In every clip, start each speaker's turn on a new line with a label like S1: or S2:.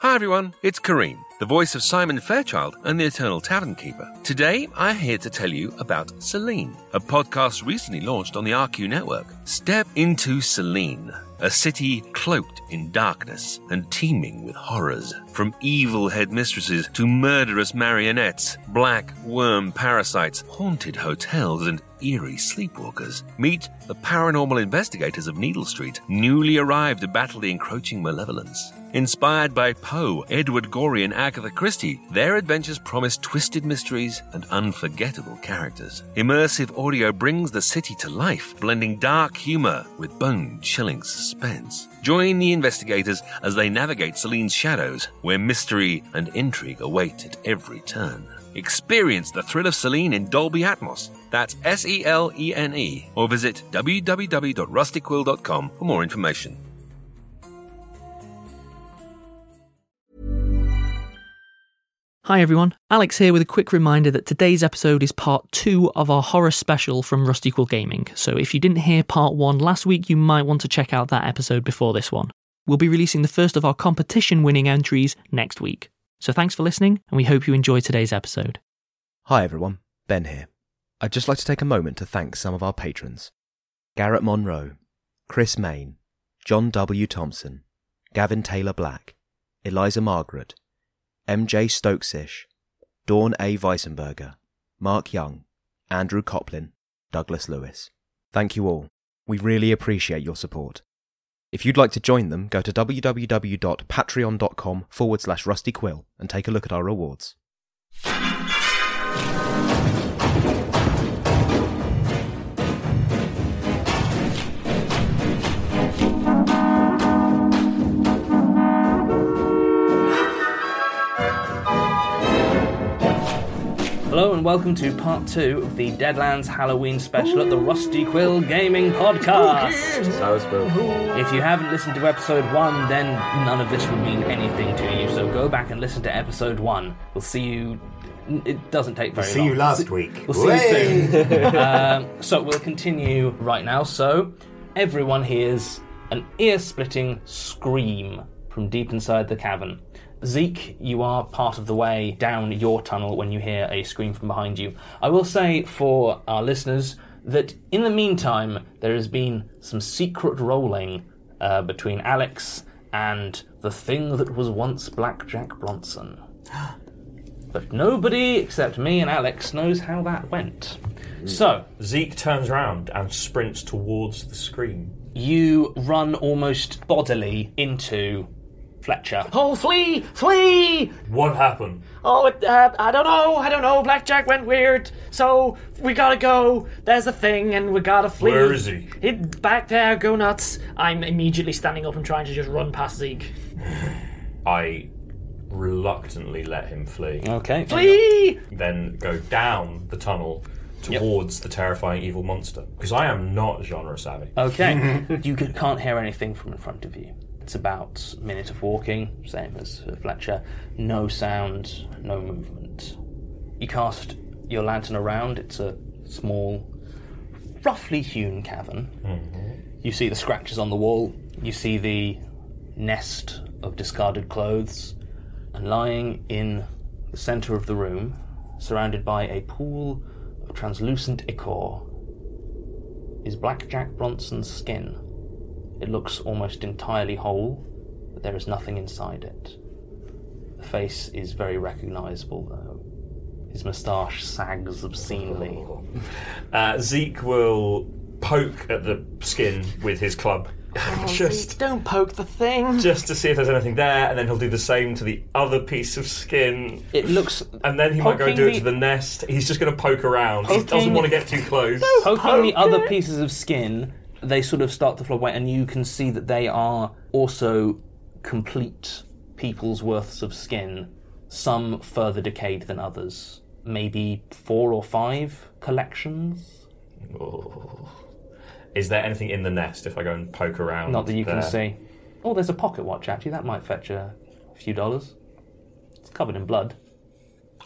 S1: Hi everyone, it's Kareem, the voice of Simon Fairchild and the Eternal Tavern Keeper. Today, I'm here to tell you about Celine, a podcast recently launched on the RQ network. Step into Celine, a city cloaked in darkness and teeming with horrors. From evil headmistresses to murderous marionettes, black worm parasites, haunted hotels, and eerie sleepwalkers. Meet the paranormal investigators of Needle Street, newly arrived to battle the encroaching malevolence. Inspired by Poe, Edward Gorey, and Agatha Christie, their adventures promise twisted mysteries and unforgettable characters. Immersive audio brings the city to life, blending dark humor with bone chilling suspense. Join the investigators as they navigate Celine's shadows, where mystery and intrigue await at every turn. Experience the thrill of Celine in Dolby Atmos. That's S E L E N E. Or visit www.rustyquill.com for more information.
S2: Hi everyone, Alex here with a quick reminder that today's episode is part two of our horror special from Rusty Quill Gaming. So if you didn't hear part one last week, you might want to check out that episode before this one. We'll be releasing the first of our competition winning entries next week. So thanks for listening, and we hope you enjoy today's episode.
S3: Hi everyone, Ben here. I'd just like to take a moment to thank some of our patrons Garrett Monroe, Chris Main, John W. Thompson, Gavin Taylor Black, Eliza Margaret, MJ Stokesish, Dawn A. Weissenberger, Mark Young, Andrew Coplin, Douglas Lewis. Thank you all. We really appreciate your support. If you'd like to join them, go to www.patreon.com forward slash rustyquill and take a look at our rewards.
S2: Hello and
S4: welcome to part two of the Deadlands Halloween special at the Rusty Quill Gaming Podcast. If you haven't listened to episode one, then none of this will mean anything to you. So go back and listen to episode one. We'll see you. It doesn't take very
S5: See
S4: long.
S5: you last week.
S4: We'll see
S5: Way!
S4: you soon. um, so we'll continue right now. So everyone hears an ear-splitting scream from deep inside the cavern. Zeke, you are part of the way down your tunnel when you hear a scream from behind you. I will say for our listeners that in the meantime there has been some secret rolling uh, between Alex and the thing that was once Blackjack Bronson. But nobody except me and Alex knows how that went. So,
S6: Hmm. Zeke turns around and sprints towards the screen.
S4: you run almost bodily into Fletcher.
S7: Oh, flee! Flee!
S6: What happened?
S7: Oh, it, uh, I don't know. I don't know. Blackjack went weird. So we gotta go. There's a thing, and we gotta flee.
S6: Where is he?
S7: It, back there. Go nuts. I'm immediately standing up and trying to just run past Zeke.
S6: I reluctantly let him flee.
S4: Okay.
S7: Flee!
S6: Then go down the tunnel towards the terrifying evil monster. Because I am not genre savvy.
S4: Okay. you c- can't hear anything from in front of you. It's about a minute of walking, same as for Fletcher. No sound, no movement. You cast your lantern around. It's a small, roughly hewn cavern.
S8: 음.
S4: You see the scratches on the wall. You see the nest of discarded clothes. And lying in the centre of the room, surrounded by a pool of translucent ichor, is Blackjack Bronson's skin. It looks almost entirely whole, but there is nothing inside it. The face is very recognisable, though. His moustache sags obscenely.
S6: Uh, Zeke will poke at the skin with his club. just
S7: don't poke the thing.
S6: just to see if there's anything there, and then he'll do the same to the other piece of skin.
S4: It looks,
S6: and then he might go and do it
S4: poking
S6: to the nest. He's just going to poke around. he doesn't
S4: Poking-
S6: want to get too close.
S4: Poking the other pieces of skin, they sort of start to float away, and you can see that they are also complete people's worths of skin, some further decayed than others. Maybe four or five collections.
S6: Oh. Is there anything in the nest if I go and poke around?
S4: Not that you can
S6: there?
S4: see. Oh, there's a pocket watch actually. That might fetch a few dollars. It's covered in blood.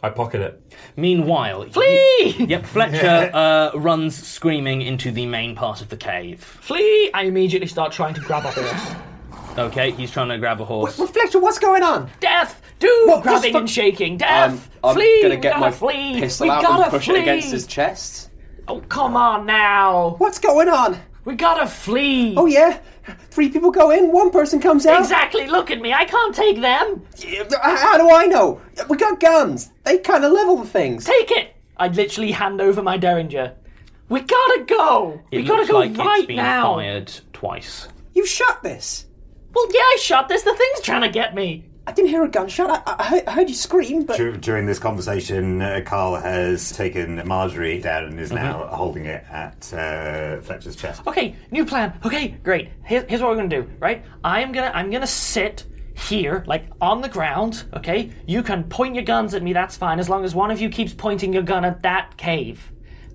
S6: I pocket it.
S4: Meanwhile, flee! yep, Fletcher uh, runs screaming into the main part of the cave.
S7: Flee! I immediately start trying to grab a horse.
S4: Okay, he's trying to grab a horse.
S5: Fletcher, what's going on?
S7: Death! Do
S5: What, just
S7: grabbing
S5: fu-
S7: and shaking. Death!
S9: I'm
S7: flee!
S9: gonna
S7: we
S9: get
S7: gotta
S9: my
S7: flee.
S9: pistol
S7: we
S9: out
S7: gotta
S9: and push
S7: flee.
S9: it against his chest.
S7: Oh, come on now.
S5: What's going on?
S7: We gotta flee.
S5: Oh, yeah? Three people go in, one person comes out.
S7: Exactly. Look at me. I can't take them.
S5: Exactly. How do I know? We got guns. They kind of level the things.
S7: Take it. I literally hand over my derringer. We gotta go.
S4: It
S7: we gotta
S4: looks
S7: go
S4: like
S7: right
S4: it's been
S7: now.
S4: fired twice.
S5: You shot this.
S7: Well, yeah, I shot this. The thing's trying to get me.
S5: I didn't hear a gunshot. I, I, heard, I heard you scream, but
S10: Dur- During this conversation, uh, Carl has taken Marjorie down and is now holding it at uh, Fletcher's chest.
S7: Okay, new plan. Okay, great. Here's, here's what we're gonna do. Right? I'm gonna I'm gonna sit here, like on the ground. Okay. You can point your guns at me. That's fine, as long as one of you keeps pointing your gun at that cave,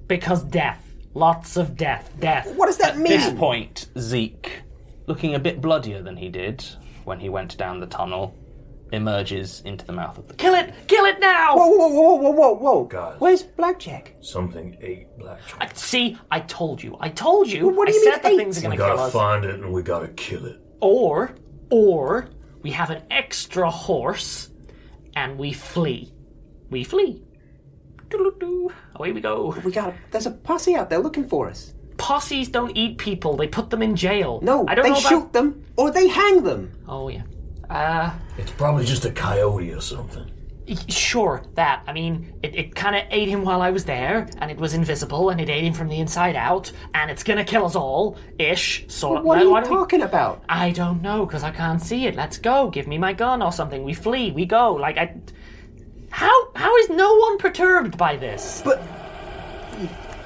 S7: because death. Lots of death. Death.
S5: what does that
S4: At this
S5: mean?
S4: point, Zeke, looking a bit bloodier than he did when he went down the tunnel, emerges into the mouth of the
S7: Kill it! Kill it now!
S5: Whoa, whoa, whoa, whoa, whoa, whoa. Where's Blackjack?
S6: Something ate Blackjack.
S7: I, see, I told you. I told you.
S5: Well, what do
S7: I
S5: you mean
S7: said the
S5: eight?
S7: things are
S6: We
S7: going to kill
S6: gotta
S7: us.
S6: find it and we gotta kill it.
S7: Or, or we have an extra horse, and we flee. We flee. Doo-doo-doo. Away we go.
S5: We got. There's a posse out there looking for us.
S7: Posses don't eat people. They put them in jail.
S5: No,
S7: I don't
S5: they
S7: know about-
S5: shoot them or they hang them.
S7: Oh yeah. Uh,
S6: It's probably just a coyote or something.
S7: y- sure. That. I mean, it, it kind of ate him while I was there, and it was invisible, and it ate him from the inside out, and it's gonna kill us all, ish. Sort.
S5: What are
S7: Why
S5: you
S7: don't we-
S5: talking about?
S7: I don't know, because I can't see it. Let's go. Give me my gun or something. We flee. We go. Like, I. How, how is no one perturbed by this?
S5: But-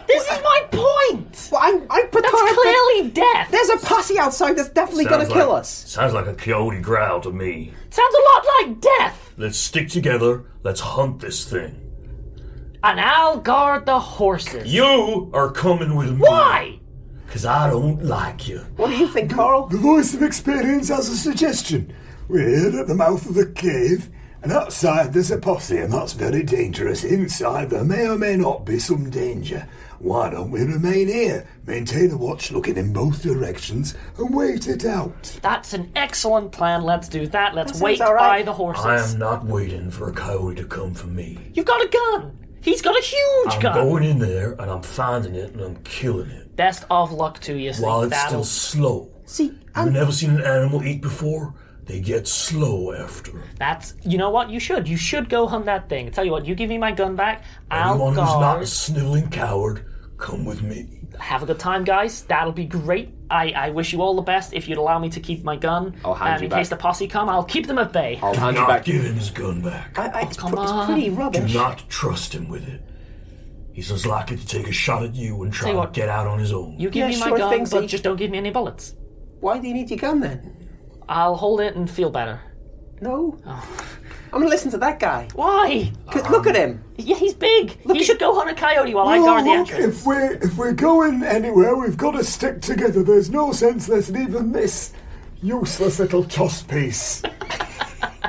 S7: This is my point!
S5: Well, I'm, I'm
S7: That's
S5: perturbed.
S7: clearly death!
S5: There's a posse outside that's definitely going to kill us.
S6: Sounds like a coyote growl to me.
S7: Sounds a lot like death!
S6: Let's stick together. Let's hunt this thing.
S7: and I'll guard the horses.
S6: You are coming with me.
S7: Why?
S6: Because I don't like you.
S5: What do you think, Carl?
S9: The voice of experience has a suggestion. We're here at the mouth of the cave, and outside there's a posse, and that's very dangerous. Inside there may or may not be some danger. Why don't we remain here, maintain a watch looking in both directions, and wait it out?
S7: That's an excellent plan. Let's do that. Let's
S9: That sounds
S7: wait
S9: all right.
S7: by the horses.
S9: I am
S6: not waiting for a coward to come for me.
S7: You've got a gun. He's got a huge
S6: I'm
S7: gun.
S6: going in there and I'm finding it and I'm killing it
S7: Best of luck to you. Steve.
S6: while it's
S7: That'll-
S6: still slow. See, I've never seen an animal eat before. They get slow after.
S7: That's you know what you should. You should go hunt that thing. tell you what, you give me my gun back. I'll
S6: Anyone who's not
S7: guard.
S6: a sniveling coward, come with me.
S7: Have a good time, guys. That'll be great. I, I wish you all the best. If you'd allow me to keep my gun,
S6: I'll hand
S7: um,
S6: you
S7: in
S6: back.
S7: case the posse come, I'll keep them at bay.
S6: Do not give him his gun back.
S7: I, I, come on.
S6: Do not trust him with it. He's as likely to take a shot at you and try
S7: Tell you
S6: to
S7: what.
S6: get out on his own.
S7: You give me my
S5: sure
S7: gun,
S5: thing,
S7: but
S5: Zeke.
S7: just don't give me any bullets.
S5: Why do you need your gun then?
S7: I'll hold it and feel better.
S5: No. I'm going to listen to that guy.
S7: Oh. Why?
S5: look at him.
S7: Yeah, he's big. he should go hunt a coyote while I
S9: Well,
S7: guard the
S9: look,
S7: entrance.
S9: if we're if we're going anywhere, we've got to stick together. There's no sense letting even this useless little toss piece.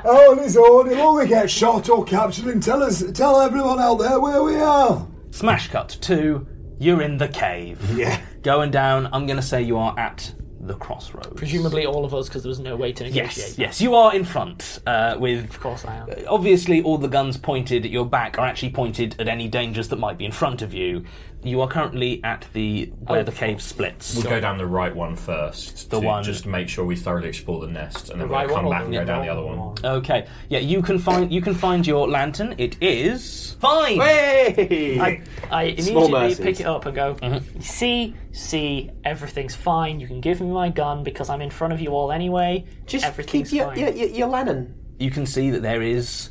S9: on his own, he'll only get shot or captured, and tell us, tell everyone out there where we are.
S4: Smash cut to you're in the cave.
S9: Yeah.
S4: Going down, I'm going to say you are at the crossroads.
S7: Presumably all of us, because there was no way to negotiate.
S4: Yes, yes, you are in front. Uh, with of
S7: course I am.
S4: Obviously, all the guns pointed at your back are actually pointed at any dangers that might be in front of you. You are currently at the where
S6: Oh.
S4: the cave splits.
S6: We'll go down the right one first.
S4: The
S6: to
S4: one-
S6: just to make sure we thoroughly explore the nest, and then
S4: The
S6: we'll
S4: right
S6: come
S4: one or
S6: back and
S4: the
S6: go down the other
S4: wrong
S6: one.
S4: Okay, yeah, you can find you can find your lantern. It is fine.
S7: I, I
S4: Small
S7: immediately
S4: mercies.
S7: pick it up and go,
S4: Mm-hmm.
S7: see, see, everything's fine. You can give me my gun because I'm in front of you all anyway. Just everything's
S5: keep your-
S7: fine.
S5: your- your- your lantern.
S4: you can see that there is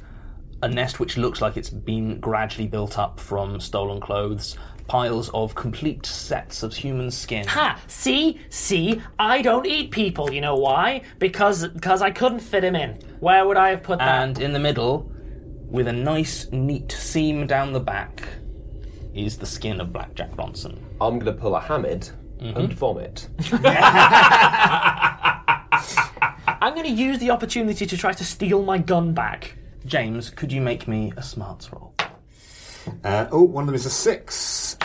S4: a nest which looks like it's been gradually built up from stolen clothes, piles of complete sets of human skin.
S7: Ha! Ah, See, see, I don't eat people. You know why? Because because I couldn't fit him in. Where would I have put that?
S4: And in the middle, with a nice, neat seam down the back, is the skin of Blackjack Bronson. Mm-hmm.
S3: I'm going to pull a Hamid and vomit.
S7: I'm going to use the opportunity to try to steal my gun back.
S4: James, could you make me a smarts roll?
S10: Uh, oh, one of them is a six.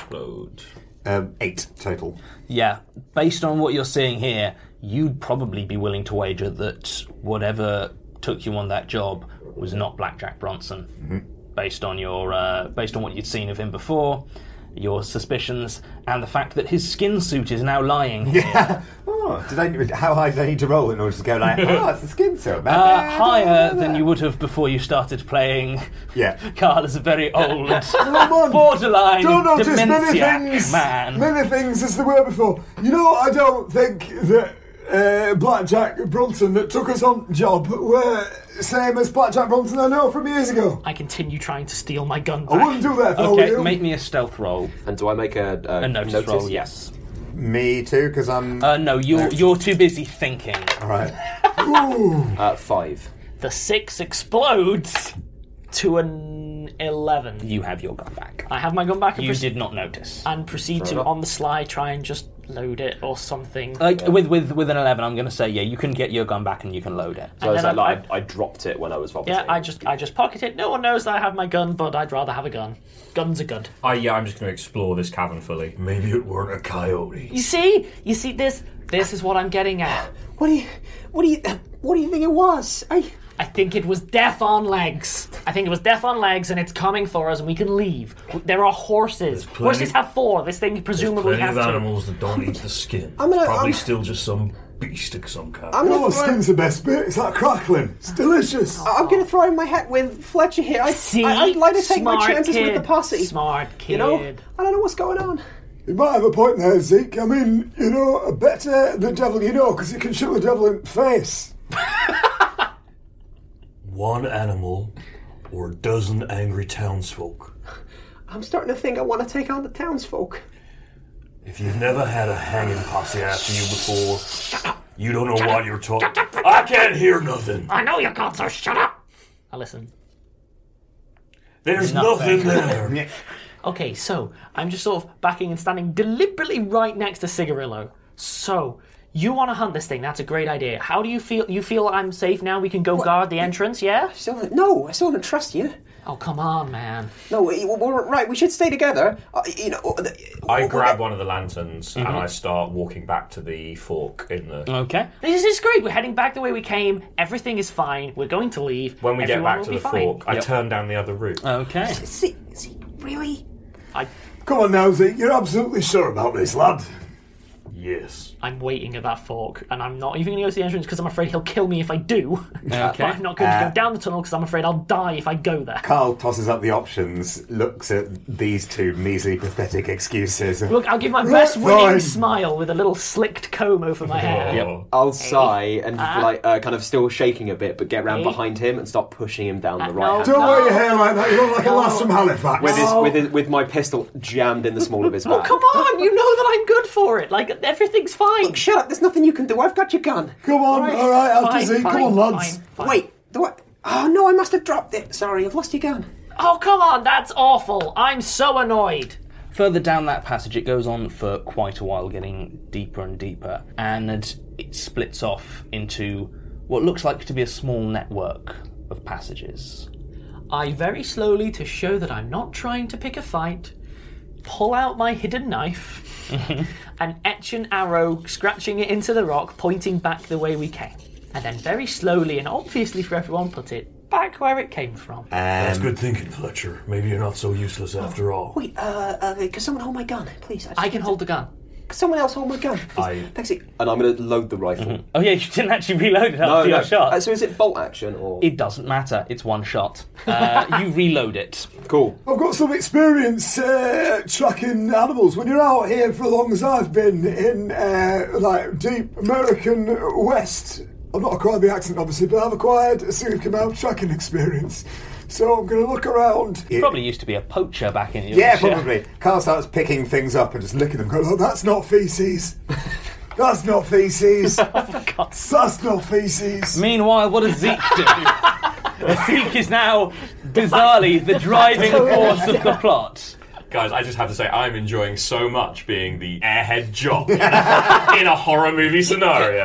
S10: Um, eight total.
S4: Yeah, based on what you're seeing here, you'd probably be willing to wager that whatever took you on that job was not Blackjack Bronson. Based on your, uh, based on what you'd seen of him before, your suspicions, and the fact that his skin suit is now lying. here.
S10: Oh, did I, how high did I need to roll in order to go like, oh, it's a skin suit? man."
S4: Uh, higher than you would have before you started playing.
S10: Yeah.
S4: Carl is a very old,
S9: on.
S4: borderline,
S9: Don't notice many
S4: dementiac
S9: things,
S4: man.
S9: many things as there were before. You know, I don't think that uh, Blackjack Brunson that took us on job were same as Blackjack Brunson I know from years ago.
S7: I continue trying to steal my gun back.
S9: I wouldn't do that if I were
S4: Okay,
S9: you.
S4: make me a stealth roll.
S3: And do I make a, a,
S4: A notice,
S3: notice?
S4: roll? Yes.
S10: Me too, because I'm.
S4: Uh, no, you're you're too busy thinking.
S10: All right.
S3: Uh, five.
S7: The six explodes to an eleven.
S4: You have your gun back.
S7: I have my gun back. And
S4: You
S7: proceed-
S4: did not notice.
S7: and proceed
S4: Fair
S7: to
S4: enough.
S7: on the sly try and just load it or something.
S4: Like with with with an eleven, I'm going to say yeah, you can get your gun back and you can load it.
S7: So And is then that I- like-
S3: I dropped it when I was
S7: yeah, I just I just pocket it. No one knows that I have my gun, but I'd rather have a gun. Guns are good.
S6: I, Oh, yeah, I'm just going to explore this cavern fully. Maybe it weren't a coyote.
S7: You see, you see this. This is what I'm getting at.
S5: What do you, what do you, what do you think it was? I,
S7: I think it was death on legs. I think it was death on legs, and it's coming for us, and we can leave. There are horses.
S6: plenty-
S7: Horses have four. This thing
S6: There's
S7: presumably
S6: plenty
S7: has
S6: of
S7: two.
S6: animals that don't eat the skin.
S7: I'm gonna-
S6: It's probably
S7: I'm-
S6: still just some beast of some kind.
S5: I'm gonna
S9: Oh,
S5: throw-
S9: skin's the best bit. It's that crackling. It's delicious.
S5: I'm going to throw in my hat with Fletcher here. I,
S7: See?
S5: I, would like to take my
S7: Smart
S5: chances with the
S7: kid.
S5: posse.
S7: Smart
S5: You know,
S7: kid.
S5: I don't know what's going on.
S9: You might have a point there, Zeke. I mean, you know, a better the devil you know, because you can shoot the devil in the face.
S6: One animal or a dozen angry townsfolk.
S5: I'm starting to think I want to take on the townsfolk.
S6: If you've never had a hanging posse after you before, you don't know what you're talking. I can't hear nothing.
S7: I know you can't, so shut up. I listen.
S6: There's nothing there.
S7: okay, so I'm just sort of backing and standing deliberately right next to Cigarillo. So you want to hunt this thing? That's a great idea. How do you feel? You feel I'm safe now? We can go guard the entrance, yeah?
S5: no, I still don't trust you.
S7: Oh come on, man.
S5: No, we- we're right. We should stay together. Uh, you know, uh,
S6: I grab one of the lanterns and I start walking back to the fork in the.
S4: Mm-hmm. Okay.
S7: This is great. We're heading back the way we came. Everything is fine. We're going to leave.
S6: When we
S7: Everyone
S6: get back
S7: will
S6: to
S7: be
S6: the
S7: fine.
S6: fork, I turn down the other route.
S4: Okay.
S5: See, see, really?
S9: Come on now, Zeke, you're absolutely sure about this, lad.
S6: Yes.
S7: I'm waiting at that fork, and I'm not even going to go to the entrance because I'm afraid he'll kill me if I do. but
S10: Okay.
S7: I'm not going to
S10: Uh,
S7: go down the tunnel because I'm afraid I'll die if I go there.
S10: Carl tosses up the options, looks at these two measly, pathetic excuses.
S7: Look, I'll give my
S10: Right,
S7: best winning
S10: fine.
S7: smile with a little slicked comb over my hair.
S5: Oh. I'll sigh and
S7: Ah.
S5: like uh, kind of still shaking a bit, but get round
S7: Hey. Uh,
S5: behind him and start pushing him down the right.
S11: Oh,
S5: hand.
S9: Don't wear your hair like that, you look like a lass from Halifax.
S5: With, his, with, his, with my pistol jammed in the small of his back.
S7: Oh, Come on, you know that I'm good for it. Like everything's fine. Look,
S5: shut up. There's nothing you can do. I've got your gun.
S9: Come on, all right, after Z, come on, lads.
S5: Wait, do I? Oh no, I must have dropped it. Sorry, I've lost your gun.
S7: Oh come on, that's awful. I'm so annoyed.
S4: Further down that passage, it goes on for quite a while, getting deeper and deeper, and it splits off into what looks like to be a small network of passages.
S7: I very slowly, to show that I'm not trying to pick a fight, pull out my hidden knife and etch an arrow, scratching it into the rock, pointing back the way we came. And then very slowly and obviously for everyone, put it back where it came from.
S6: That's
S7: good
S6: thinking, Fletcher. Maybe you're not so useless
S7: Oh.
S6: after all.
S5: Wait, uh, uh, can someone hold my gun, please?
S7: I can hold the gun.
S5: Can someone else hold my gun?
S6: I.
S5: Thanks. And I'm going to load the rifle.
S4: Oh yeah, you didn't actually reload it after
S5: No,
S4: your
S5: no.
S4: shot.
S5: Uh, so is it bolt action or?
S4: It doesn't matter. It's one shot. Uh, you reload it.
S5: Cool.
S9: I've got some experience uh, tracking animals. When you're out here for as long as I've been in uh, like deep American West, I've not acquired the accent obviously, but I've acquired a significant amount of tracking experience. So I'm going to look around.
S4: Probably used to be a poacher back in your
S10: Yeah, probably. Carl starts picking things up and just licking them.
S9: Go, "Oh, that's not feces. That's not feces. That's not feces.
S4: Meanwhile, what does Zeke do? Zeke is now bizarrely the driving force of the plot.
S6: Guys, I just have to say, I'm enjoying so much being the airhead jock in a horror movie scenario.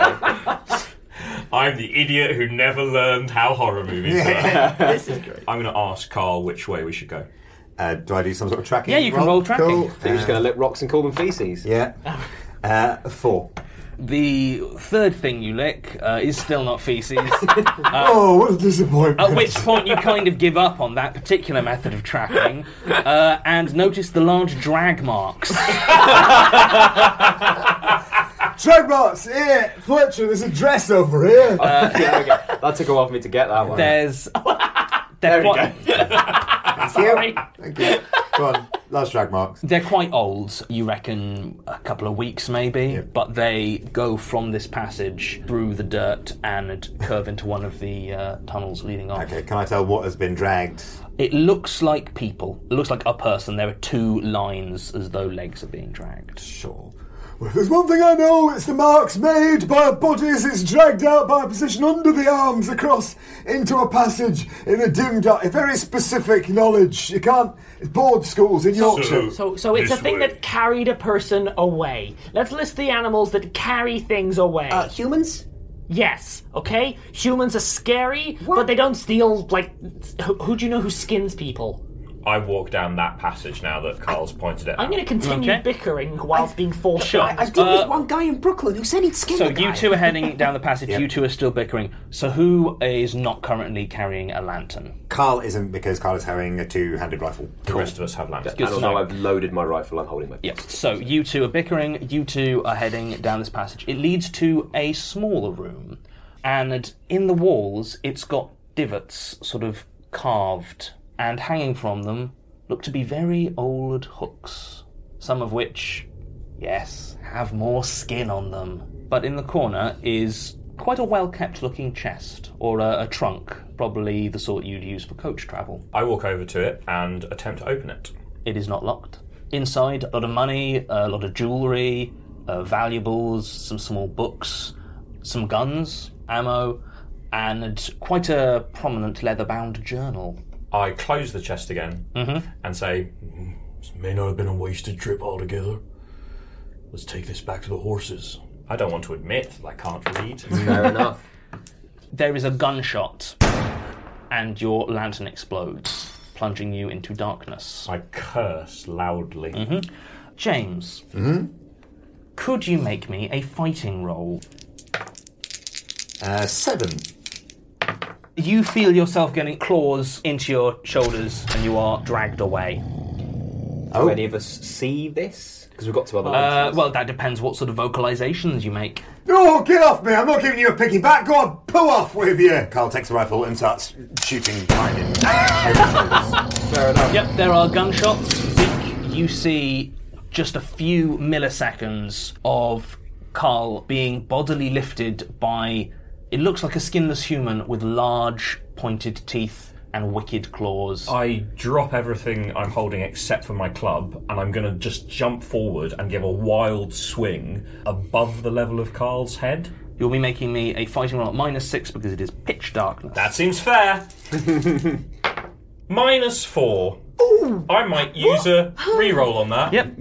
S6: I'm the idiot who never learned how horror movies work.
S7: this is great.
S6: I'm going to ask Carl which way we should go.
S10: Uh, do I do some sort of tracking?
S4: Yeah, you can roll tracking.
S10: Cool.
S4: So you're just
S10: Uh,
S4: gonna
S5: Let rocks and call them feces.
S10: Yeah. Uh, four.
S4: The third thing you lick uh, is still not feces. Uh,
S9: Oh, what a disappointment.
S4: At which point you kind of give up on that particular method of tracking uh, and notice the large drag marks.
S9: Treadmarks, here, Fletcher, there's a dress over here.
S5: That took a while for me to get that one.
S4: There's. there we go.
S7: Sorry.
S10: Thank you. Go on. Last drag marks.
S4: They're quite old, you reckon a couple of weeks maybe, but they go from this passage through the dirt and curve into one of the uh, tunnels leading off.
S10: Okay, can I tell what has been dragged?
S4: It looks like people. It looks like a person. There are two lines as though legs are being dragged.
S10: Sure.
S9: Well, if there's one thing I know, it's the marks made by a body as it's dragged out by a position under the arms across into a passage in a dim dark. Very specific knowledge. You can't. It's board schools in Yorkshire.
S7: So, so it's a thing that carried a person away. Let's list the animals that carry things away.
S5: Uh, humans?
S7: yes, okay? Humans are scary, but they don't steal, like. Who, who do you know who skins people?
S6: I walk down that passage now that Carl's pointed it out.
S7: I'm going to continue bickering whilst being forced
S4: Sure.
S7: to.
S5: I did with one guy in Brooklyn who said he'd
S4: Uh,
S5: skin
S4: So
S5: the guy.
S4: you two are heading down the passage. You two are still bickering. So who is not currently carrying a lantern?
S10: Carl isn't because Carl is having a two-handed rifle.
S6: The rest of us have lanterns.
S4: Good to know.
S5: I've loaded my rifle. I'm holding my.
S4: Yes. So you two are bickering. You two are heading down this passage. It leads to a smaller room, and in the walls, it's got divots, sort of carved, and hanging from them look to be very old hooks. Some of which, yes, have more skin on them. But in the corner is quite a well-kept looking chest or a, a trunk, probably the sort you'd use for coach travel.
S6: I walk over to it and attempt to open it.
S4: It is not locked. Inside, a lot of money, a lot of jewellery, uh, valuables, some small books, some guns, ammo, and quite a prominent leather bound journal.
S6: I close the chest again and say, "Mm, This may not have been a wasted trip altogether. Let's take this back to the horses. I don't want to admit that I can't read.
S4: Fair enough. There is a gunshot, and your lantern explodes, plunging you into darkness. Mm-hmm.
S6: I curse loudly. Mm-hmm.
S4: James, could you make me a fighting roll?
S10: Uh, seven.
S4: You feel yourself getting claws into your shoulders, and you are dragged away.
S6: Oh.
S11: Do any of us see this? Because we've got two other
S4: Uh, well, that depends what sort of vocalizations you make.
S10: No, get off me! I'm not giving you a piggy back. Go on, pull off with you. Carl takes the rifle and starts shooting behind him.
S4: Fair enough. Yep, there are gunshots. Vic, you see just a few milliseconds of Carl being bodily lifted by. It looks like a skinless human with large, pointed teeth and wicked claws.
S6: I drop everything I'm holding except for my club, and I'm going to just jump forward and give a wild swing above the level of Carl's head.
S4: You'll be making me a fighting roll at minus six because it is pitch darkness.
S6: That seems fair. minus four. I might use a re-roll on that.
S4: Yep.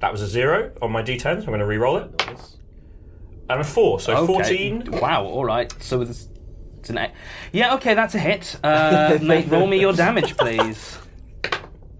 S6: That was a zero on my d10, so I'm going to re-roll it. And a four, so
S4: Okay.
S6: 14.
S4: Wow, alright. So with this- it's an eight. Yeah, okay, that's a hit. Uh, mate, roll me your damage, please.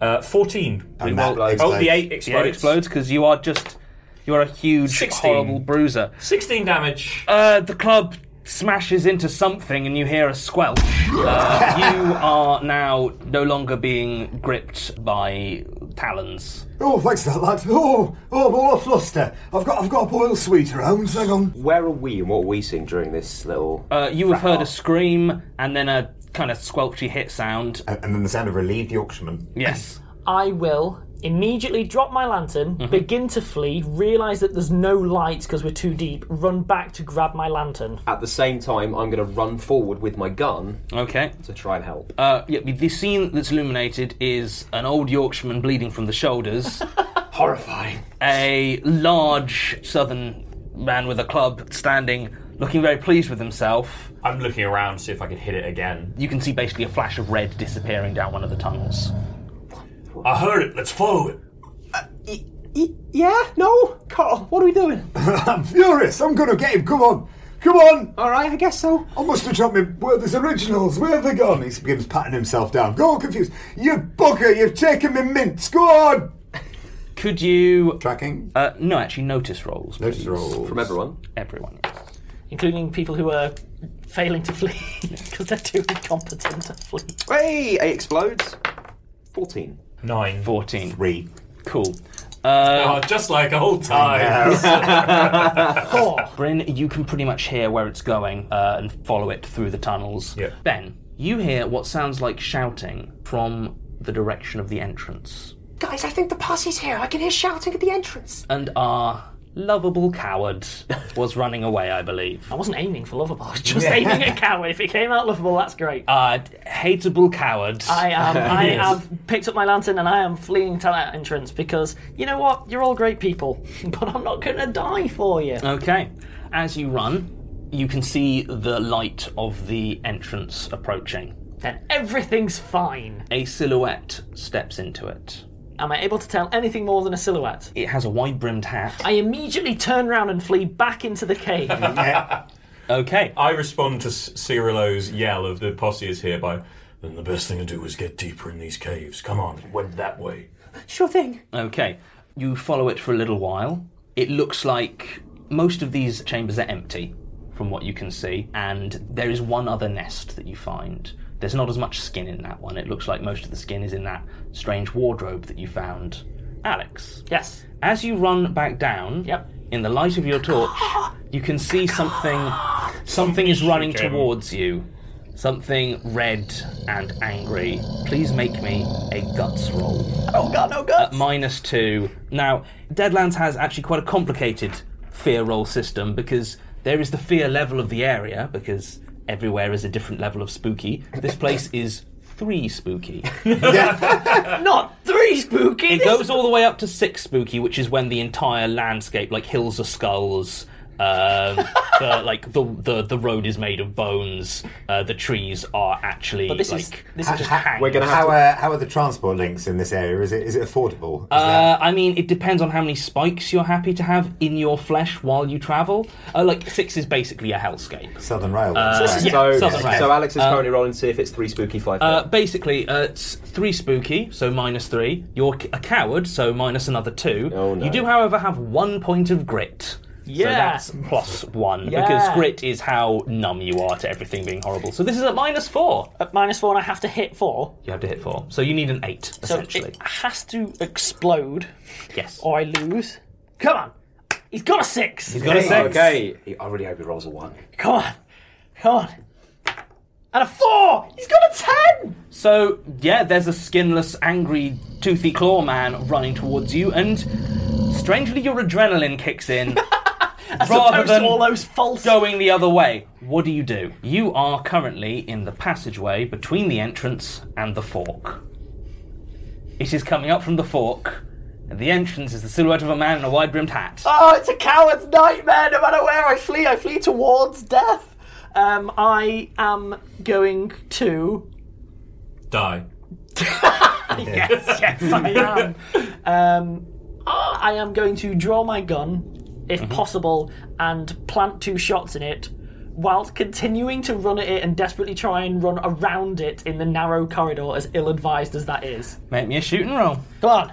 S6: Uh, 14.
S4: We
S6: And that
S4: roll-
S6: explodes. Oh, the eight
S4: The eight
S6: explodes.
S4: explodes because you are just. You are a huge,
S6: 16.
S4: horrible bruiser.
S6: 16 damage.
S4: Uh, the club smashes into something and you hear a squelch. Uh, you are now no longer being gripped by talons.
S9: Oh, thanks for that, lad. Oh, oh, I'm all a fluster. I've got, I've got a boil sweet around. Hang on.
S11: Where are we and what are we seeing during this little.
S4: Uh, you have heard a scream and then a kind of squelchy hit sound.
S10: And then the sound of relieved Yorkshireman.
S4: Yes.
S12: I will immediately drop my lantern,
S4: Mm-hmm.
S12: begin to flee, realise that there's no light because we're too deep, run back to grab my lantern.
S11: At the same time, I'm going to run forward with my gun
S4: Okay.
S11: to try and help.
S4: Uh, yeah, the scene that's illuminated is an old Yorkshireman bleeding from the shoulders. Horrifying. A large southern man with a club standing, looking very pleased with himself.
S6: I'm looking around to see if I can hit it again.
S4: You can see basically a flash of red disappearing down one of the tunnels.
S6: I heard it. Let's follow it.
S5: Yeah? No? Carl, what are we doing?
S9: I'm furious. I'm going to get him. Come on. Come on. All right, I guess so. I must have dropped my Werther's originals. Where have they gone? He begins patting himself down. Go on, confused. You bugger. You've taken me mints. Go on.
S4: Could you.
S10: Tracking?
S4: Uh, no, actually, notice rolls.
S10: Notice rolls. From
S11: everyone?
S4: Everyone.
S12: Including people who are failing to flee because they're too incompetent to flee.
S11: Hey! Eight explodes. 14.
S6: Nine.
S4: 14.
S10: Three.
S4: Cool. Uh,
S6: Oh, just like old times.
S4: Bryn, you can pretty much hear where it's going uh, and follow it through the tunnels. Ben, you hear what sounds like shouting from the direction of the entrance,
S5: Guys, I think the posse's here. I can hear shouting at the entrance.
S4: and our lovable coward was running away, I believe.
S12: I wasn't aiming for lovable, I was just aiming at coward. If it came out lovable, that's great.
S4: Uh, hateable coward.
S12: I am. I
S4: Yes.
S12: have picked up my lantern and I am fleeing to that entrance because you know what? You're all great people, but I'm not going to die for you.
S4: Okay. As you run, you can see the light of the entrance approaching.
S12: Then everything's fine.
S4: A silhouette steps into it.
S12: Am I able to tell anything more than a silhouette?
S4: It has a wide brimmed hat.
S12: I immediately turn around and flee back into the cave.
S4: Okay.
S6: I respond to S- Cirillo's yell of the posse is here by, then the best thing to do is get deeper in these caves. Come on, it went that way.
S5: Sure thing.
S4: Okay. You follow it for a little while. It looks like most of these chambers are empty from what you can see, and there is one other nest that you find. There's not as much skin in that one. It looks like most of the skin is in that strange wardrobe that you found. Alex.
S12: Yes.
S4: As you run back down,
S12: Yep.
S4: in the light of your torch, you can see something something is running
S12: Michigan.
S4: towards you. Something red and angry. Please make me a guts roll.
S12: Oh god, no guts.
S4: At minus two. Now, Deadlands has actually quite a complicated fear roll system because there is the fear level of the area because everywhere is a different level of spooky. This place is three spooky.
S12: Not three spooky.
S4: It goes all the way up to six spooky, which is when the entire landscape, like hills of skulls, Um, the, like the, the the road is made of bones. Uh, the trees are actually
S11: But this
S4: like
S11: is- this is just
S4: hang.
S10: We're gonna how, uh, how are the transport links in this area? Is it is it affordable?
S4: Uh, I mean, it depends on how many spikes you're happy to have in your flesh while you travel. Uh, like six is basically a hellscape.
S10: Southern
S9: Oh,
S10: Rail.
S4: Uh,
S11: so, this is-
S4: yeah,
S11: so,
S4: Southern Rail.
S11: so Alex is
S4: Um,
S11: currently rolling to see if it's three spooky five.
S4: Uh, basically, uh, it's three spooky, so minus three. You're c- a coward, so minus another two. You do, however, have one point of grit.
S7: Yeah.
S4: So that's plus one,
S7: Yeah.
S4: because grit is how numb you are to everything being horrible. So this is at minus four.
S7: At minus four, and I have to hit four.
S4: You have to hit four. So you need an eight,
S7: So
S4: essentially.
S7: it has to explode.
S4: Yes.
S7: Or I lose. Come on. He's got a six.
S11: Okay, I really hope he rolls a one.
S7: Come on. Come on. And a four. He's got a ten.
S4: So, yeah, there's a skinless, angry, toothy claw man running towards you, and strangely, your adrenaline kicks in. rather
S7: opposed
S4: than
S7: to all those false.
S4: going the other way. What do you do? You are currently in the passageway between the entrance and the fork. It is coming up from the fork, and the entrance is the silhouette of a man in a wide brimmed hat.
S7: Oh, it's a coward's nightmare. No matter where I flee, I flee towards death. Um, I am going to.
S13: Die.
S7: yes, yes, I am. Um, ah, I am going to draw my gun, if
S4: Mm-hmm.
S7: possible, and plant two shots in it, whilst continuing to run at it and desperately try and run around it in the narrow corridor, as ill advised as that is.
S4: Make me a shooting roll.
S7: Come on.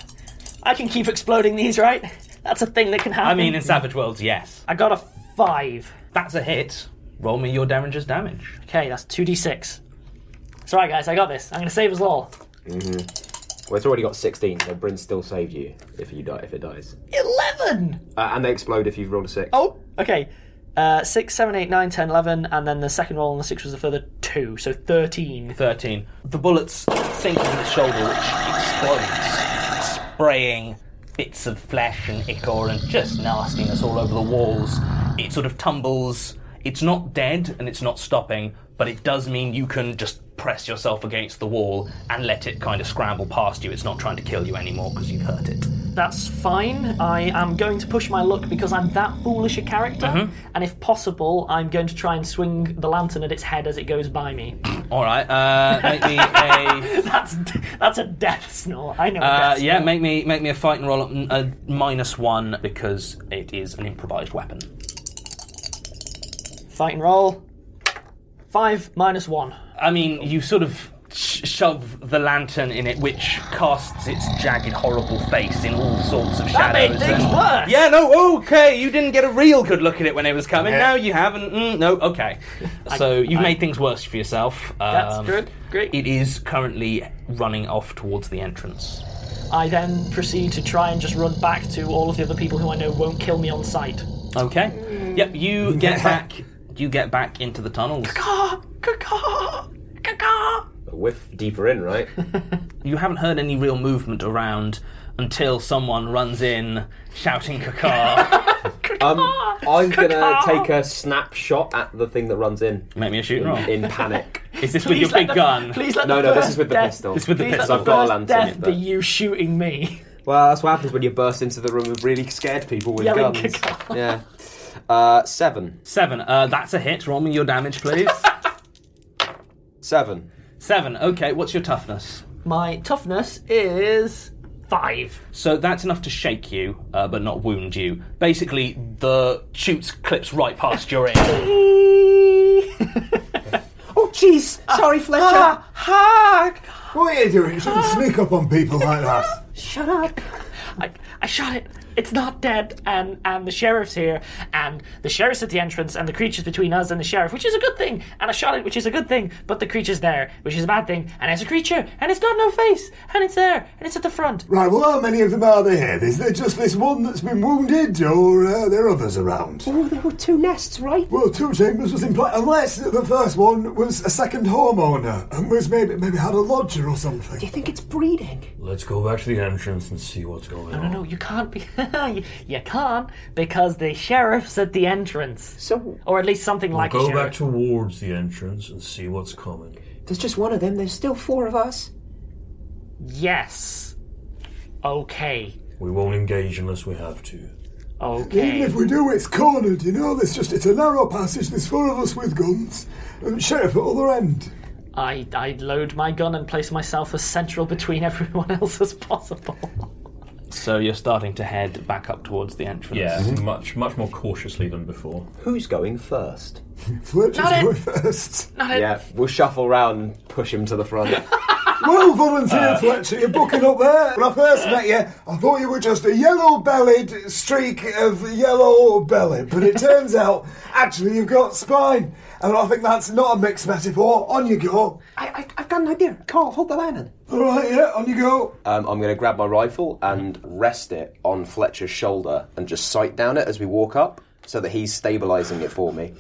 S7: I can keep exploding these, right? That's a thing that can happen.
S4: I mean, in Savage Worlds, yes.
S7: I got a five.
S4: That's a hit. Roll me your damage's damage.
S7: Okay, that's 2d6. It's alright, guys, I got this. I'm gonna save us all.
S11: Mm-hmm. Well, it's already got sixteen, so Bryn still saved you if you die if it dies,
S7: 11!
S11: uh, and they explode if you've rolled a six.
S7: Oh, okay. Uh, 6, 7, 8, 9, 10, 11, and then the second roll on the 6 was a further 2, so 13.
S4: 13. The bullets sink in his shoulder, which explodes, spraying bits of flesh and ichor and just nastiness all over the walls. It sort of tumbles. It's not dead and it's not stopping, but it does mean you can just press yourself against the wall and let it kind of scramble past you. It's not trying to kill you anymore because you've hurt it.
S7: That's fine. I am going to push my luck because I'm that foolish a character,
S4: Mm-hmm.
S7: and if possible, I'm going to try and swing the lantern at its head as it goes by me.
S4: All right, uh, make me a.
S7: that's that's a death snore. I know. a
S4: Uh,
S7: death
S4: yeah,
S7: snore.
S4: make me make me a fight and roll up n- a minus one because it is an improvised weapon.
S7: Fight and roll. Five minus one.
S4: I mean, you sort of sh- shove the lantern in it, which casts its jagged, horrible face in all sorts of
S7: That made
S4: shadows.
S7: things
S4: and-
S7: worse.
S4: Yeah, no, okay, you didn't get a real good look at it when it was coming.
S7: Yeah.
S4: No, you haven't. Mm, no, okay. So you've made things worse for yourself. Um,
S7: That's good, Great.
S4: It is currently running off towards the entrance.
S7: I then proceed to try and just run back to all of the other people who I know won't kill me on sight.
S4: Okay.
S7: Mm.
S4: Yep. You get back. You get back into the tunnels.
S7: Ah,
S11: A whiff deeper in, right?
S4: You haven't heard any real movement around until someone runs in shouting "Kakar."
S11: Um, I'm gonna take a snapshot at the thing that runs in.
S4: Make me a shooting roll.
S11: In panic.
S4: Is this with Please your let big the- gun? please let
S11: no,
S4: the
S11: no, this
S4: first
S11: is with the
S4: death-
S11: pistol.
S4: It's with the
S11: Please
S4: pistol.
S11: let I've got a
S4: first
S11: lantern.
S7: Death
S11: but-
S7: be you shooting me.
S11: Well, that's what happens when you burst into the room of really scared people with
S7: Yelling
S11: guns. yeah. Uh, seven.
S4: Seven. Uh, that's a hit. Roll me your damage, please.
S11: Seven.
S4: Seven. Okay. What's your toughness?
S7: My toughness is five.
S4: So that's enough to shake you, uh, but not wound you. Basically, the shoots clips right past your ear.
S5: Oh, jeez. Sorry, Fletcher.
S9: Ah, Hark! What are you doing? You shouldn't sneak up on people like that.
S7: Shut up. I, I shot it. It's not dead. And and the sheriff's here. And the sheriff's at the entrance. And the creature's between us and the sheriff, which is a good thing. And I shot it, which is a good thing. But the creature's there, which is a bad thing. And it's a creature. And it's got no face. And it's there. And it's at the front.
S9: Right, well, how many of them are there? Is there just this one that's been wounded, or uh, there are others around?
S5: Oh, there were two nests, right?
S9: Well, two chambers was implied, unless the first one was a second homeowner and was maybe maybe had a lodger or something.
S5: Do you think it's breeding?
S14: Let's go back to the entrance and see what's going
S7: No,
S14: on.
S7: no, no, you can't be. you, you can't because the sheriff's at the entrance.
S5: So,
S7: or at least something
S14: We'll
S7: like a
S14: go
S7: sheriff.
S14: back towards the entrance and see what's coming.
S5: There's just one of them. There's still four of us.
S7: Yes. Okay.
S14: We won't engage unless we have to.
S7: Okay.
S9: Even if we do, it's cornered, you know? There's just, it's a narrow passage, there's four of us with guns, and Sheriff at other end.
S7: I, I load my gun and place myself as central between everyone else as possible.
S4: So you're starting to head back up towards the entrance.
S6: Yeah, much much more cautiously than before.
S11: Who's going first?
S9: Fletcher's
S11: Not it.
S9: going first.
S7: Not
S11: Yeah, we'll shuffle round and push him to the front.
S9: Well, volunteer
S11: Uh.
S9: Fletcher, you're booking up there. When I first met you, I thought you were just a yellow bellied streak of yellow belly, but it turns out actually you've got spine. And I think that's not a mixed metaphor. On you go.
S5: I, I, I've got an idea. Carl, hold the lantern.
S9: All right, yeah, on you go.
S11: Um, I'm going to grab my rifle and rest it on Fletcher's shoulder and just sight down it as we walk up so that he's stabilising it for me.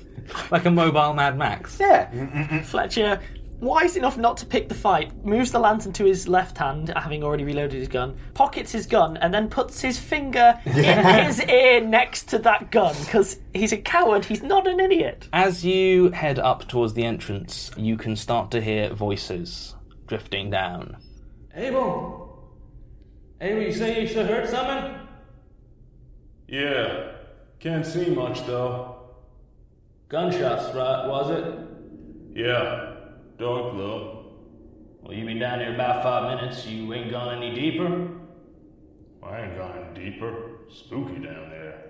S4: Like a mobile Mad Max.
S11: Yeah.
S7: Fletcher, wise enough not to pick the fight, moves the lantern to his left hand, having already reloaded his gun, pockets his gun, and then puts his finger
S4: Yeah.
S7: in his ear next to that gun because he's a coward. He's not an idiot.
S4: As you head up towards the entrance, you can start to hear voices drifting down.
S14: Abel! Abel, you say you still heard something?
S8: Yeah. Can't see much though.
S14: Gunshots, right, was it?
S8: Yeah. Dark though.
S14: Well, you been down here about five minutes. You ain't gone any deeper?
S8: I ain't gone any deeper. Spooky down there.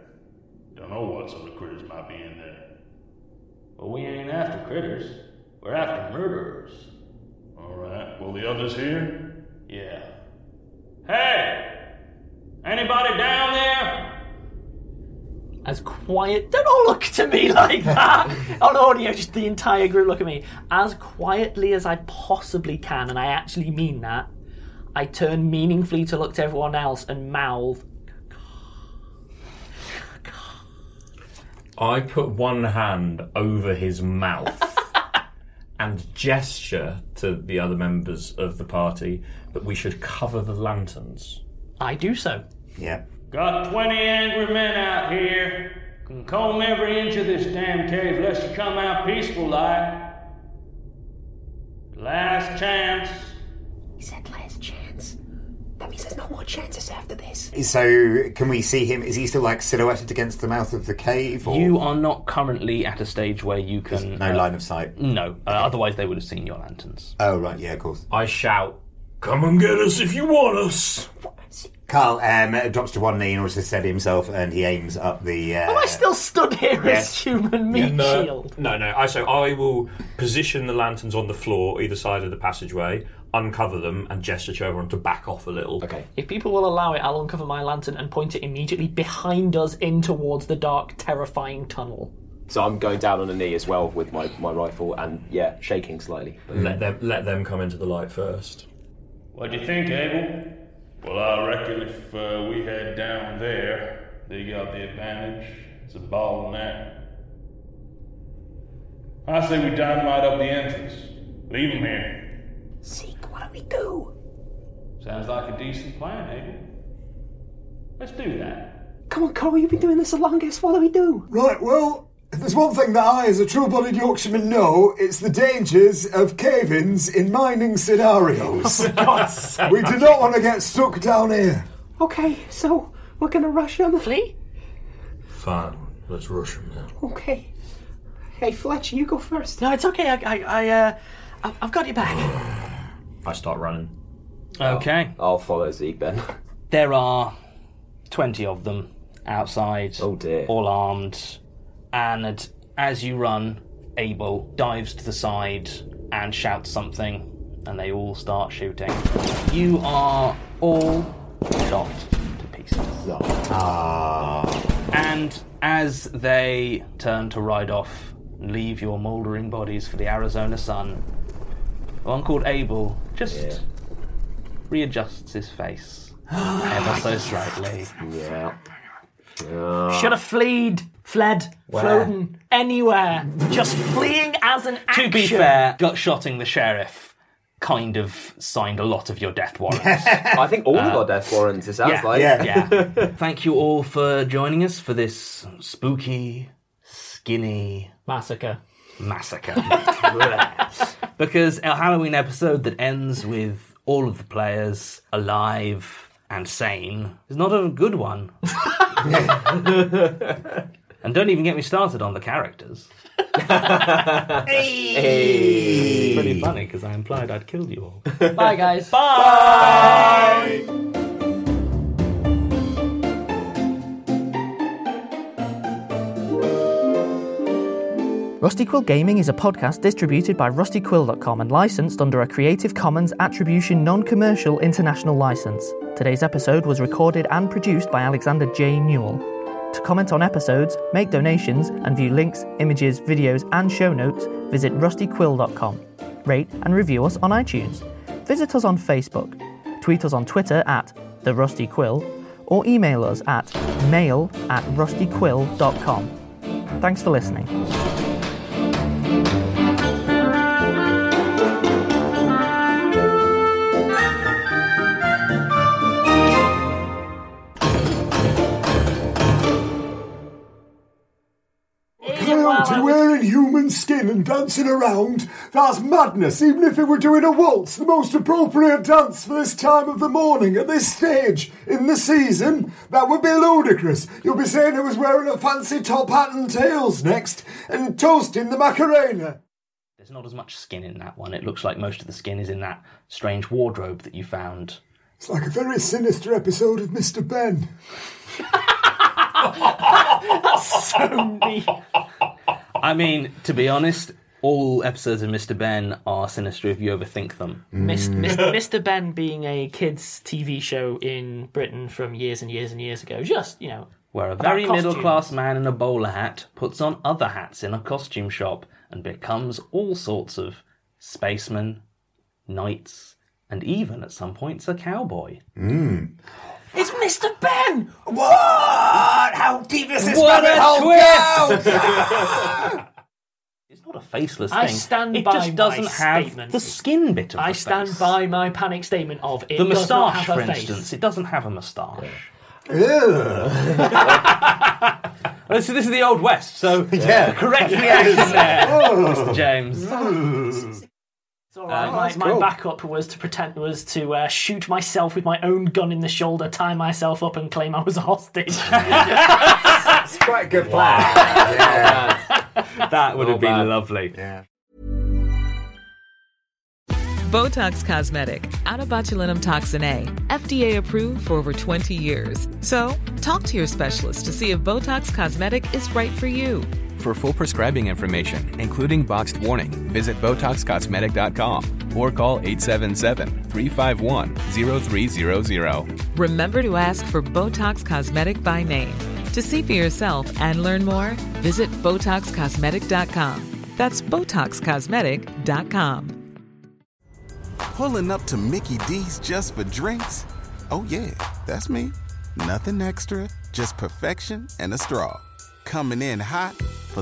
S8: Don't know what sort of critters might be in there.
S14: Well, we ain't after critters. We're after murderers.
S8: Alright, well the others here?
S14: Yeah. Hey! Anybody down there?
S7: As quiet, don't all look to me like that on audio. Just the entire group look at me as quietly as I possibly can, and I actually mean that. I turn meaningfully to look to everyone else and mouth,
S6: I put one hand over his mouth and gesture to the other members of the party that we should cover the lanterns.
S7: I do so.
S10: Yeah.
S14: Got 20 angry men out here. Can comb every inch of this damn cave unless you come out peaceful like. Last chance.
S5: He said last chance. That means there's no more chances eh? after this.
S10: So, can we see him? Is he still like silhouetted against the mouth of the cave? Or
S4: You are not currently at a stage where you can. uh,
S10: no line of sight.
S4: No, uh, otherwise they would have seen your lanterns.
S10: Oh right, yeah, of course.
S6: I shout, "Come and get us if you want us!"
S10: Carl um, drops to one knee in order to steady himself, and he aims up the.
S11: Oh,
S10: Uh,
S7: Am I still stood here as
S6: Yes.
S7: human meat
S6: no,
S7: shield?
S6: No, no. I, so I will position the lanterns on the floor either side of the passageway, uncover them, and gesture to everyone to back off a little. Okay.
S7: If people will allow it, I'll uncover my lantern and point it immediately behind us in towards the dark, terrifying tunnel.
S11: So I'm going down on a knee as well with my, my rifle and, yeah, shaking slightly.
S6: Let them let them come into the light first.
S8: What do you think, Abel? Well, I reckon if uh, we head down there, they got the advantage. It's a ball in that. I say we dynamite up the entrance. Leave 'em here.
S5: Zeke, what do we do?
S14: Sounds like a decent plan, Abel. Let's do that.
S5: Come on, Carl, you've been doing this the longest. What do we do?
S9: Right, well, if there's one thing that I, as a true bodied Yorkshireman, know, it's the dangers of cave ins in mining scenarios.
S5: Oh,
S9: we do not want to get stuck down here.
S5: Okay, so we're gonna rush him. Flee?
S14: Fine. Let's rush him now.
S5: Okay. Hey, Fletcher, you go first.
S7: No, it's okay. I, I, I uh, I- I've got your back.
S6: I start running.
S4: Okay.
S11: I'll follow Zeke then.
S4: There are 20 of them outside. Oh dear. All armed. And as you run, Abel dives to the side and shouts something, and they all start shooting. You are all shot to pieces. And as they turn to ride off, and leave your mouldering bodies for the Arizona sun, one called Abel just readjusts his face ever so slightly.
S11: Yeah.
S7: Should have fleed, fled,
S4: Where?
S7: flown anywhere. Just fleeing as an action.
S4: To be fair, gutshotting the sheriff kind of signed a lot of your death warrants.
S11: I think all of
S4: Uh,
S11: our death warrants, it sounds
S4: yeah,
S11: like.
S4: Yeah, yeah. Thank you all for joining us for this spooky, skinny
S7: massacre.
S4: Massacre. because our Halloween episode that ends with all of the players alive and sane is not a good one. and don't even get me started on the characters.
S12: Hey.
S4: It's pretty funny because I implied I'd killed you all.
S12: Bye, guys.
S4: Bye.
S7: Rusty Quill Gaming is a podcast distributed by rustyquill.com and licensed under a Creative Commons Attribution Non Commercial International License. Today's episode was recorded and produced by Alexander J. Newell. To comment on episodes, make donations, and view links, images, videos, and show notes, visit rustyquill.com. Rate and review us on iTunes. Visit us on Facebook. Tweet us on Twitter at The Rusty Quill or email us at mail at rustyquill.com. Thanks for listening.
S9: Coyote wearing human skin and dancing around. That's madness, even if it were doing a waltz, the most appropriate dance for this time of the morning at this stage in the season. That would be ludicrous. You'll be saying it was wearing a fancy top hat and tails next and toasting the Macarena.
S4: There's not as much skin in that one. It looks like most of the skin is in that strange wardrobe that you found.
S9: It's like a very sinister episode of Mr. Ben.
S4: That's so neat. I mean, to be honest, all episodes of Mr. Ben are sinister if you overthink them.
S12: Mis- mis- Mr. Ben being a kids' TV show in Britain from years and years and years ago. Just you know,
S4: Where a
S12: about
S4: very
S12: costumes.
S4: middle class man in a bowler hat puts on other hats in a costume shop and becomes all sorts of spacemen, knights, and even at some points a cowboy.
S10: Mm.
S12: It's Mr. Ben.
S10: What? How deep is this
S4: What
S10: rabbit
S4: a
S10: hole
S4: twist!
S10: go?
S4: it's not a faceless
S12: I
S4: thing.
S12: stand
S4: it
S12: by
S4: just doesn't
S12: my
S4: have
S12: statement.
S4: the skin bit of
S12: I
S4: the
S12: stand
S4: face.
S12: by my panic statement of it.
S4: the
S12: does not
S4: moustache,
S12: have
S4: for
S12: a face.
S4: instance, it doesn't have a moustache. Oh, so this is the old west. So
S10: Yeah.
S4: correctly
S12: Yes.
S4: answered there,
S12: Oh.
S4: Mr. James.
S12: It's all right.
S4: Oh,
S12: Uh, my,
S4: that's
S12: my
S4: cool.
S12: backup was to pretend was to uh, shoot myself with my own gun in the shoulder, tie myself up, and claim I was a hostage.
S10: It's quite a good plan.
S4: That would
S10: Not
S4: have been
S10: bad.
S4: lovely.
S10: Yeah.
S15: Botox Cosmetic, out of botulinum toxin A, FDA approved for over 20 years. So, talk to your specialist to see if Botox Cosmetic is right for you.
S16: For full prescribing information, including boxed warning, visit BotoxCosmetic.com or call 877-351-0300.
S15: Remember to ask for Botox Cosmetic by name. To see for yourself and learn more, visit BotoxCosmetic.com. That's BotoxCosmetic.com.
S17: Pulling up to Mickey D's just for drinks? Oh, yeah, that's me. Nothing extra, just perfection and a straw. Coming in hot for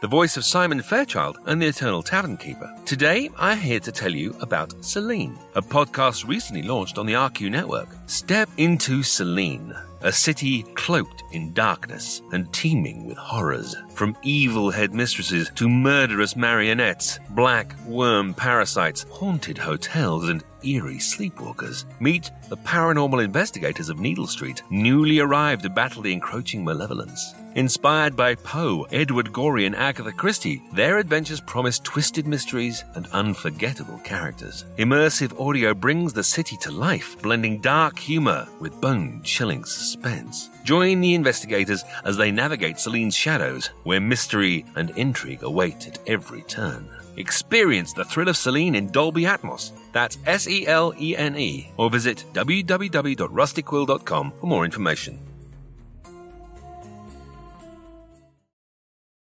S1: the voice of Simon Fairchild and the Eternal Tavern Keeper. Today, I'm here to tell you about Celine, a podcast recently launched on the RQ network. Step into Celine, a city cloaked in darkness and teeming with horrors. From evil headmistresses to murderous marionettes, black worm parasites, haunted hotels, and eerie sleepwalkers. Meet the paranormal investigators of Needle Street, newly arrived to battle the encroaching malevolence. Inspired by Poe, Edward Gorey, and Agatha Christie, their adventures promise twisted mysteries and unforgettable characters. Immersive audio brings the city to life, blending dark humor with bone chilling suspense. Join the investigators as they navigate Celine's shadows, where mystery and intrigue await at every turn. Experience the thrill of Celine in Dolby Atmos. That's S E L E N E. Or visit www.rustyquill.com for more information.